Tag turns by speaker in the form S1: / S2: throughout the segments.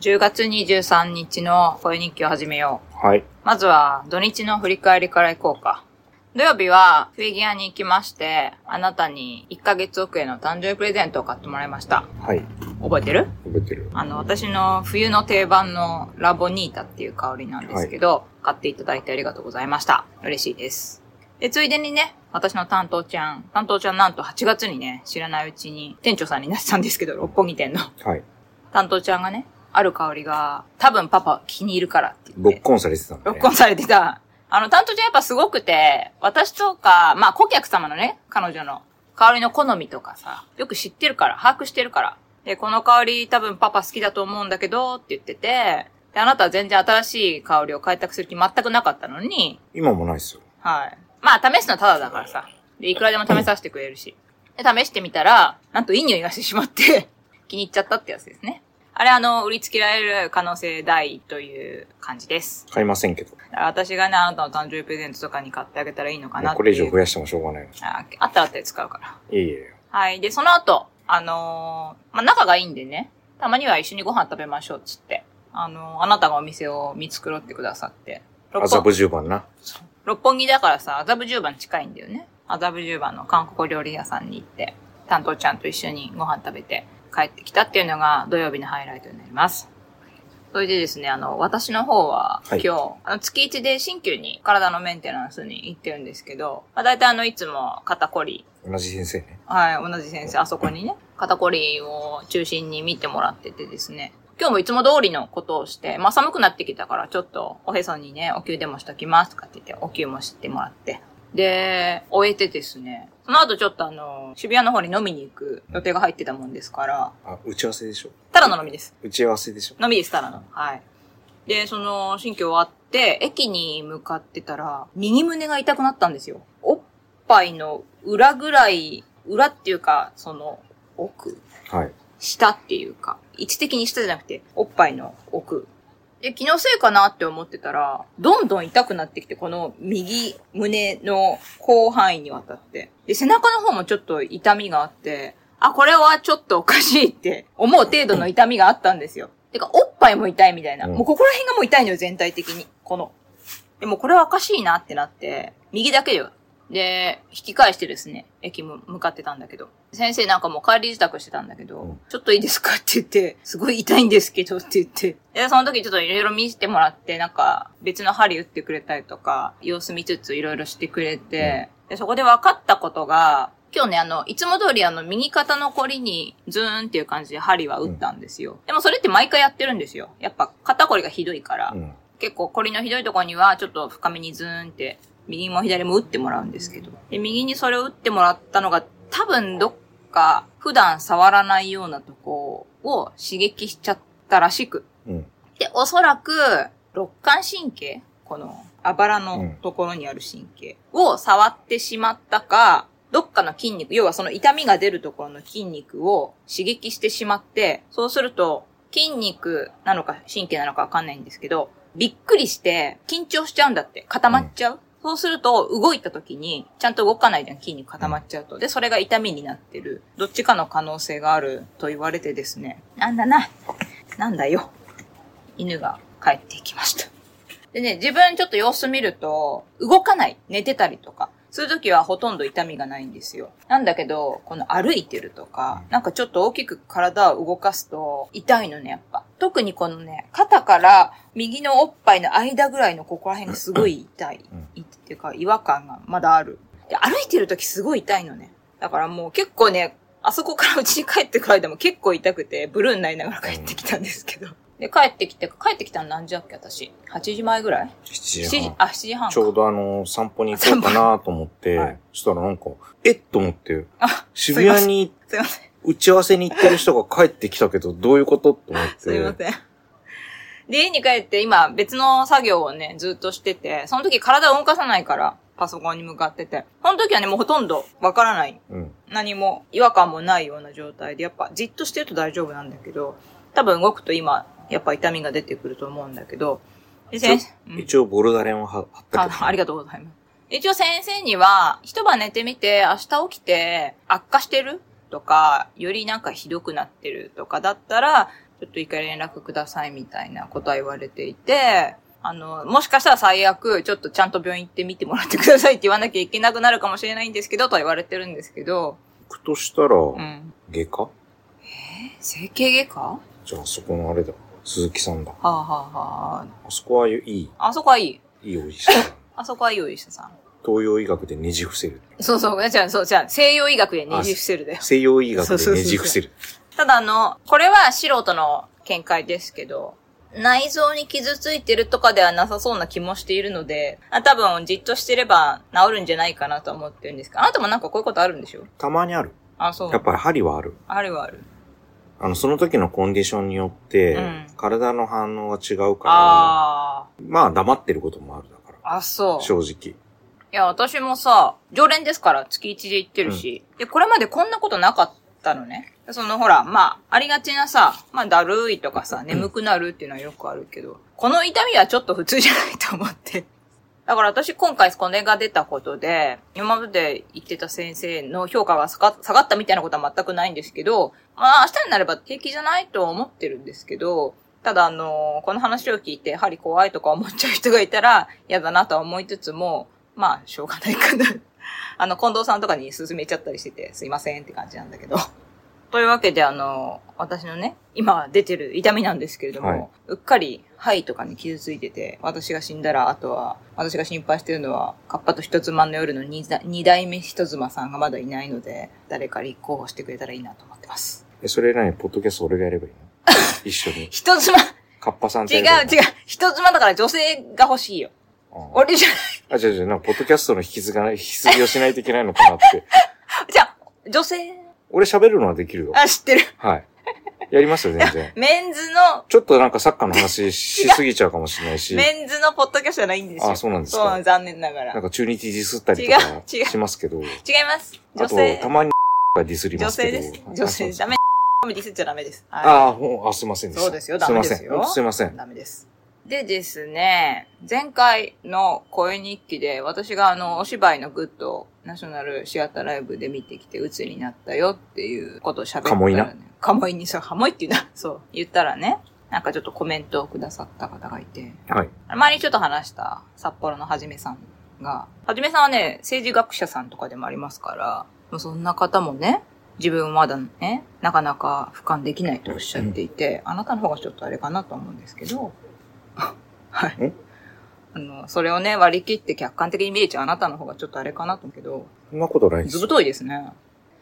S1: 10月23日の声日記を始めよう。
S2: はい。
S1: まずは土日の振り返りからいこうか。土曜日はフィギュアに行きまして、あなたに1ヶ月遅れの誕生日プレゼントを買ってもらいました。
S2: はい。
S1: 覚えてる
S2: 覚えてる。
S1: あの、私の冬の定番のラボニータっていう香りなんですけど、買っていただいてありがとうございました。嬉しいです。で、ついでにね、私の担当ちゃん、担当ちゃんなんと8月にね、知らないうちに店長さんになってたんですけど、六本木店の。
S2: はい。
S1: 担当ちゃんがね、ある香りが、多分パパ気に入るからって言
S2: ロ
S1: っ
S2: ッ
S1: て。
S2: クオンされてたんだ
S1: ロッ
S2: ね
S1: ク。オンされてた。あの、担当ちゃんやっぱすごくて、私とか、まあ顧客様のね、彼女の香りの好みとかさ、よく知ってるから、把握してるから。で、この香り多分パパ好きだと思うんだけど、って言ってて、で、あなたは全然新しい香りを開拓する気全くなかったのに、
S2: 今もないっすよ。
S1: はい。まあ、試すのただだからさ。で、いくらでも試させてくれるし。で、試してみたら、なんといい匂いがしてしまって、 気に入っちゃったってやつですね。あれ、あの、売りつけられる可能性大という感じです。
S2: 買いませんけど。
S1: だから私がね、あなたの誕生日プレゼントとかに買ってあげたらいいのかな
S2: も
S1: っ
S2: う
S1: てい
S2: こ
S1: う。
S2: れ以上増やしてもしょうがない。
S1: ああったらあったら使うから。
S2: いえいえ。
S1: はい。で、その後、あのーまあ、仲がいいんでね、たまには一緒にご飯食べましょうっつって、あのーあなたがお店を見繕ってくださって。
S2: 麻布十番な。
S1: 六本木だからさ、麻布十番近いんだよね。麻布十番の韓国料理屋さんに行って、担当ちゃんと一緒にご飯食べて帰ってきたっていうのが土曜日のハイライトになります。それでですね、あの、私の方は今
S2: はい
S1: 日、あの月1で新旧に体のメンテナンスに行ってるんですけど、まあ、大体あの、いつも肩こり、
S2: 同じ先生ね。
S1: はい、同じ先生、あそこにね、肩こりを中心に見てもらっててですね、今日もいつも通りのことをして、まあ寒くなってきたから、ちょっとおへそにね、お灸でもしときますとかって言って、お灸もしてもらって。で、終えてですね、その後ちょっとあの、渋谷の方に飲みに行く予定が入ってたもんですから、
S2: あ、打ち合わせでしょ
S1: ただの飲みです。
S2: 打ち合わせでしょ
S1: 飲みです、ただの。はい。で、その、新居終わって、駅に向かってたら、右胸が痛くなったんですよ。おっぱいの裏ぐらい、裏っていうか、その、奥、
S2: はい。
S1: 下っていうか、位置的に下じゃなくて、おっぱいの奥。で、気のせいかなって思ってたら、どんどん痛くなってきて、この右胸の広範囲にわたって。で、背中の方もちょっと痛みがあって、あ、これはちょっとおかしいって思う程度の痛みがあったんですよ。てか、おっぱいも痛いみたいな。
S2: うん
S1: もうここら辺がもう痛いのよ、全体的に。この。でもこれはおかしいなってなって、右だけよ。で、引き返してですね、駅も向かってたんだけど、先生なんかもう帰り支度してたんだけど、
S2: うん
S1: ちょっといいですかって言って、すごい痛いんですけどって言って、で、その時ちょっといろいろ見せてもらって、なんか別の針打ってくれたりとか、様子見つついろいろしてくれて、で、そこで分かったことが、今日ね、あの、いつも通りあの、右肩のこりにズーンっていう感じで針は打ったんですよ。でもそれって毎回やってるんですよ。やっぱ肩こりがひどいから。
S2: うん。
S1: 結構、コリのひどいところには、ちょっと深めにズーンって、右も左も打ってもらうんですけど。で、右にそれを打ってもらったのが、多分どっか、普段触らないようなとこを刺激しちゃったらしく。
S2: うん。
S1: で、おそらく、肋間神経この、あばらのところにある神経を触ってしまったか、どっかの筋肉、要はその痛みが出るところの筋肉を刺激してしまって、そうすると、筋肉なのか神経なのかわかんないんですけど、びっくりして緊張しちゃうんだって、固まっちゃう。そうすると、動いた時に、ちゃんと動かないじゃん、筋肉固まっちゃうと。で、それが痛みになってる。どっちかの可能性があると言われてですね。なんだな。なんだよ。犬が帰ってきました。でね、自分ちょっと様子見ると、動かない。寝てたりとか。そういう時はほとんど痛みがないんですよ。なんだけど、この歩いてるとか、なんかちょっと大きく体を動かすと痛いのね、やっぱ。特にこのね、肩から右のおっぱいの間ぐらいのここら辺がすごい痛い。
S2: うん
S1: いっていうか、違和感がまだある。で、歩いてる時すごい痛いのね。だからもう結構ね、あそこから家に帰ってくる間も結構痛くて、ブルーになりながら帰ってきたんですけど。で、帰ってきて、帰ってきたの何時だっけ、私。8時前ぐらい
S2: 7
S1: ?7
S2: 時
S1: 時
S2: 半、。
S1: あ、7時半か。
S2: ちょうどあの、散歩に行こうかなと思って、
S1: はい
S2: そしたらなんか、えっと思って、
S1: あ、
S2: 渋谷に
S1: すいません。
S2: 打ち合わせに行ってる人が帰ってきたけど、どういうことと思って。
S1: すいません。で、家に帰って、今、別の作業をね、ずっとしてて、その時体を動かさないから、パソコンに向かってて。その時はね、もうほとんどわからない
S2: うん。
S1: 何も違和感もないような状態で、やっぱじっとしてると大丈夫なんだけど、多分動くと今、やっぱ痛みが出てくると思うんだけど、で先生うん
S2: 一応ボルダレンは貼ったけ
S1: あ
S2: ど。
S1: ありがとうございます。一応先生には、一晩寝てみて、明日起きて悪化してるとか、よりなんかひどくなってるとかだったら、ちちょっと一回連絡くださいみたいなことは言われていて、あの、もしかしたら最悪、ちょっとちゃんと病院行って見てもらってくださいって言わなきゃいけなくなるかもしれないんですけど、とは言われてるんですけど、
S2: 行くとしたら、
S1: うん。
S2: 外科
S1: 整形外科は
S2: じゃああそこのあれだ。鈴木さんだ。
S1: あ、はあは
S2: あそこはいい、
S1: あ、あそこはいい。
S2: いいお医者さん。
S1: あそこはいいお医者さん。
S2: 東洋医学でねじ伏 せる。
S1: そうそう、じゃあ、そう、じゃあ、西洋医学でねじ伏せるだよ。
S2: 西洋医学でねじ伏せる。
S1: ただあの、これは素人の見解ですけど、内臓に傷ついてるとかではなさそうな気もしているので、あ多分じっとしてれば治るんじゃないかなとは思ってるんですけど、あなたもなんかこういうことあるんでしょ
S2: たまにある。
S1: あ、そう。
S2: やっぱり針はある。
S1: あるはある。
S2: あの、その時のコンディションによって、
S1: うん
S2: 体の反応が違うか
S1: あ
S2: ら、まあ黙ってることもあるだか
S1: あ、あ、そ
S2: ら、
S1: う。い
S2: 正直。
S1: や、私もさ、常連ですから月1で行ってるし、で、これまでこんなことなかったのね。そのほら、まあ、ありがちなさ、まあ、だるいとかさ、眠くなるっていうのはよくあるけど、この痛みはちょっと普通じゃないと思って。 だから私今回これが出たことで、今まで言ってた先生の評価が下が下がったみたいなことは全くないんですけど、まあ明日になれば平気じゃないとは思ってるんですけど、ただあのこの話を聞いて、やはり怖いとか思っちゃう人がいたら 嫌だなとは思いつつも、まあしょうがないかな。 あの、近藤さんとかに勧めちゃったりしてて、すいませんって感じなんだけど。 というわけであの私のね、今出てる痛みなんですけれども、
S2: はいう
S1: っかり肺とかに傷ついてて、私が死んだら、あとは、私が心配してるのは、カッパと人妻の夜の二代二代目人妻さんがまだいないので、誰か立候補してくれたらいいなと思ってます。
S2: え、それなに、ポッドキャスト俺がやればいいの 一緒に。
S1: 人妻、
S2: カッパさんと
S1: 違う違う
S2: やればいいの、
S1: 人妻だから女性が欲しいよ。
S2: うん
S1: 俺じゃ、
S2: あ、違う違う、なんかポッドキャストの引き継がない、引き継ぎをしないといけないのかなって。
S1: じゃあ女性、
S2: 俺喋るのはできるよ。
S1: あ、知ってる。
S2: はい。やりますよ、全然。
S1: メンズの、
S2: ちょっとなんかサッカーの話しすぎちゃうかもしれないし。
S1: メンズのポッドキャストじゃないんですよ。
S2: あ、そうなんです
S1: そうな
S2: か
S1: の。残念ながら。
S2: なん
S1: 違い
S2: か中日ディスったりとか
S1: 違う違う
S2: しますけど。
S1: ます。
S2: あ
S1: 女
S2: と、
S1: 性
S2: た、まにがディスり
S1: 女
S2: ますけ
S1: 性
S2: ど。
S1: です。女性です。ダ
S2: あ。
S1: メ、ディスっちゃダメです。はい
S2: ああ、ほんあ、すいませんでした。
S1: そうですよダメですよ
S2: すいません。すいません。
S1: ダメです。でですね、前回の声日記で私があのお芝居のグッドをナショナルシアターライブで見てきて鬱になったよっていうことを喋ったら、ね。
S2: カモイな
S1: カモイにそう、カモイっていうな。そう。言ったらね、なんかちょっとコメントをくださった方がいて、
S2: はい。
S1: 前にちょっと話した札幌のはじめさんが、はじめさんはね、政治学者さんとかでもありますから、もうそんな方もね、自分まだね、なかなか俯瞰できないとおっしゃっていて、あなたの方がちょっとあれかなと思うんですけど、 はい
S2: ん。
S1: あの、それをね、割り切って客観的に見れちゃうあなたの方がちょっとあれかなと思うけど、
S2: そんなことないです
S1: ず
S2: よ。
S1: ぶといですね。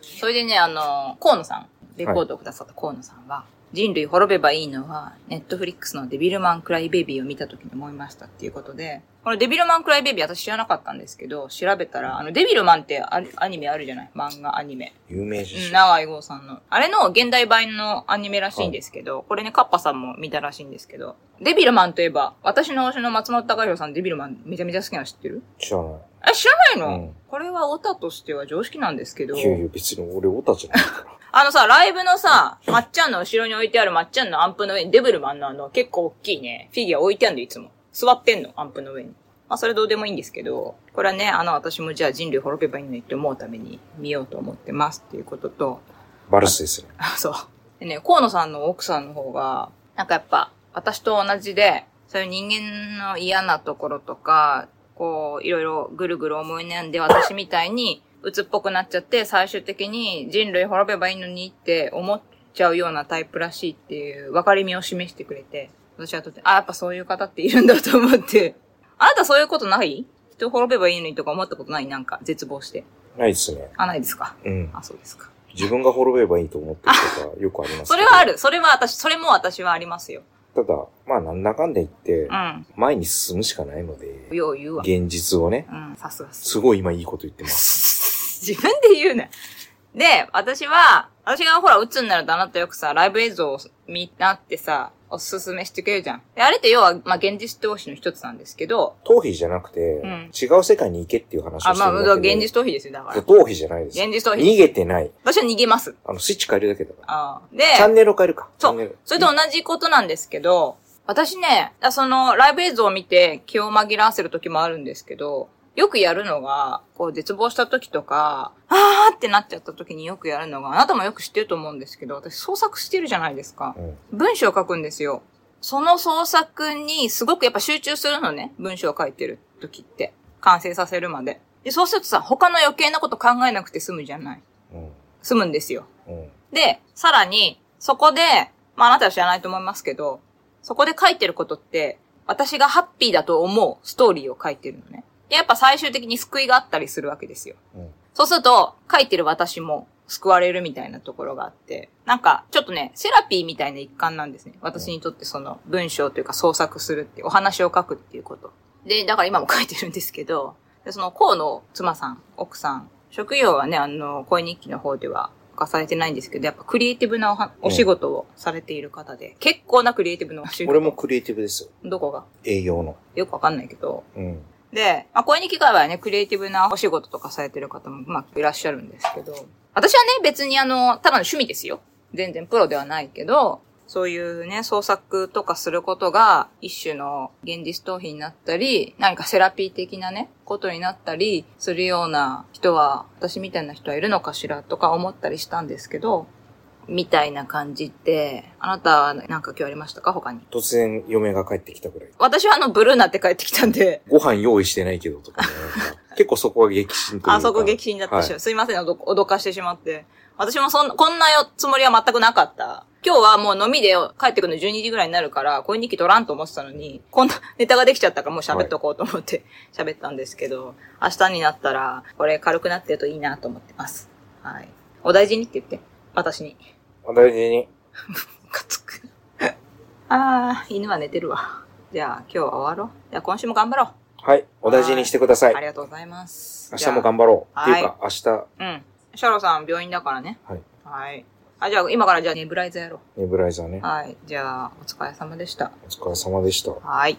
S1: それでね、あの、河野さん、レコードをくださった河野さんは、人類滅べばいいのは、ネットフリックスのデビルマンクライベビーを見た時に思いましたっていうことで、このデビルマンクライベビー私知らなかったんですけど、調べたら、あの、デビルマンってアニアニメあるじゃない漫画アニメ。
S2: 有名人
S1: うん、
S2: 種。
S1: 長井豪さんの。あれの現代版のアニメらしいんですけど、これね、カッパさんも見たらしいんですけど、デビルマンといえば、私の推しの松本隆弘さん、デビルマンめちゃめちゃ好きなの知ってる
S2: 知らない。
S1: え、知らないの、
S2: うん
S1: これはオタとしては常識なんですけど、
S2: いやいや、別に俺オタじゃないか
S1: あのさ、ライブのさ、まっちゃんの後ろに置いてあるまっちゃんのアンプの上にデブルマンのあの結構大きいね、フィギュア置いてあるのいつも。座ってんの、アンプの上に。まあそれどうでもいいんですけど、これはね、あの私もじゃあ人類滅べばいいのにって思うために見ようと思ってますっていうことと、
S2: ら。バルスですね。
S1: あ、そう。でね、河野さんの奥さんの方が、なんかやっぱ、私と同じで、そういう人間の嫌なところとか、こう、いろいろぐるぐる思い悩んで、私みたいに、鬱っぽくなっちゃって、最終的に人類滅べばいいのにって思っちゃうようなタイプらしいっていう、分かりみを示してくれて、私はとて、あ、やっぱそういう方っているんだと思って。 あなたそういうことない人滅べばいいのにとか思ったことないなんか、絶望して。
S2: ないですね。
S1: あ、ないですか
S2: うん。
S1: あ、そうですか。
S2: 自分が滅べばいいと思ってることはよくありますけど。
S1: それはある。それは私、それも私はありますよ。
S2: ただ、まあなんだかんだ言って
S1: う、ん。
S2: 前に進むしかないので、
S1: よう言うわ。
S2: 現実をね、
S1: うん、さすがっす。
S2: すごい今いいこと言ってます。
S1: 自分で言うな。で、私は、私がほら、鬱になるとあなたよくさ、ライブ映像を見なってさ、おすすめしてくれるじゃん。で、あれって要は、まあ、現実逃避の一つなんですけど、
S2: 逃避じゃなくて、
S1: ん
S2: 違う世界に行けっていう話を
S1: あ、
S2: して
S1: まあ、
S2: るんだけど、
S1: 現実逃避ですよ、だから。
S2: 逃避じゃないです。
S1: 現実逃避。
S2: 逃げてない。
S1: 私は逃げます。
S2: あの、スイッチ変えるだけだから。
S1: あーで、
S2: チャンネルを変えるか。
S1: そう
S2: チャンネル
S1: それと同じことなんですけど、私ね、そのライブ映像を見て気を紛らわせる時もあるんですけど、よくやるのが、こう絶望した時とか、あーってなっちゃった時によくやるのが、あなたもよく知ってると思うんですけど、私創作してるじゃないですか。
S2: うん。
S1: 文章を書くんですよ。その創作にすごくやっぱ集中するのね。文章を書いてる時って。完成させるまで。で、そうするとさ、他の余計なこと考えなくて済むじゃない。
S2: うん。
S1: 済むんですよ。
S2: うん。
S1: で、さらに、そこで、まああなたは知らないと思いますけど、そこで書いてることって、私がハッピーだと思うストーリーを書いてるのね。でやっぱ最終的に救いがあったりするわけですよ。
S2: うん。
S1: そうすると、書いてる私も救われるみたいなところがあって、なんか、ちょっとね、セラピーみたいな一環なんですね。私にとってその文章というか創作するって、お話を書くっていうこと。で、だから今も書いてるんですけど、でその、河野妻さん、奥さん、職業はね、あの、恋日記の方では明かされてないんですけど、やっぱクリエイティブなおはお仕事をされている方で、結構なクリエイティブなお仕事。
S2: 俺もクリエイティブですよ。
S1: どこが
S2: 営業の。
S1: よくわかんないけど、
S2: うん。
S1: で、まあ、これに機会はね、クリエイティブなお仕事とかされてる方も、まあ、いらっしゃるんですけど、私はね、別にあの、ただの趣味ですよ。全然プロではないけど、そういうね、創作とかすることが、一種の現実逃避になったり、何かセラピー的なね、ことになったりするような人は、私みたいな人はいるのかしらとか思ったりしたんですけど、みたいな感じって、あなたはなんか今日ありましたか他に。
S2: 突然嫁が帰ってきたぐらい。
S1: 私はあの、ブルーナって帰ってきたんで、
S2: ご飯用意してないけどとか ね。なんか結構そこは激震というか。
S1: あそこ激震だったし、
S2: はい
S1: すいません、おど脅かしてしまって。私もそん、こんなよつもりは全くなかった。今日はもう飲みで帰ってくるの12時ぐらいになるから、こういう日記取らんと思ってたのに、こんなネタができちゃったからもう喋っとこうと思って喋ったんですけど、明日になったら、これ軽くなってるといいなと思ってます。はい。お大事にって言って、私に。
S2: お大事に。
S1: ムカつく。あー、犬は寝てるわ。じゃあ今日は終わろう。じゃあ今週も頑張ろう。
S2: はい。お大事にしてください
S1: あ。りがとうございます。
S2: 明日も
S1: 張
S2: 頑張ろう。
S1: は
S2: っ
S1: い
S2: ていうか、明日、
S1: うん。シャロさん病院だからね。
S2: はい。
S1: はい。あ、じゃあ今からじゃあネブライザーやろ
S2: ネブライザーね
S1: う。。はい。じゃあお疲れ様でした。
S2: お疲れ様でした。
S1: はい。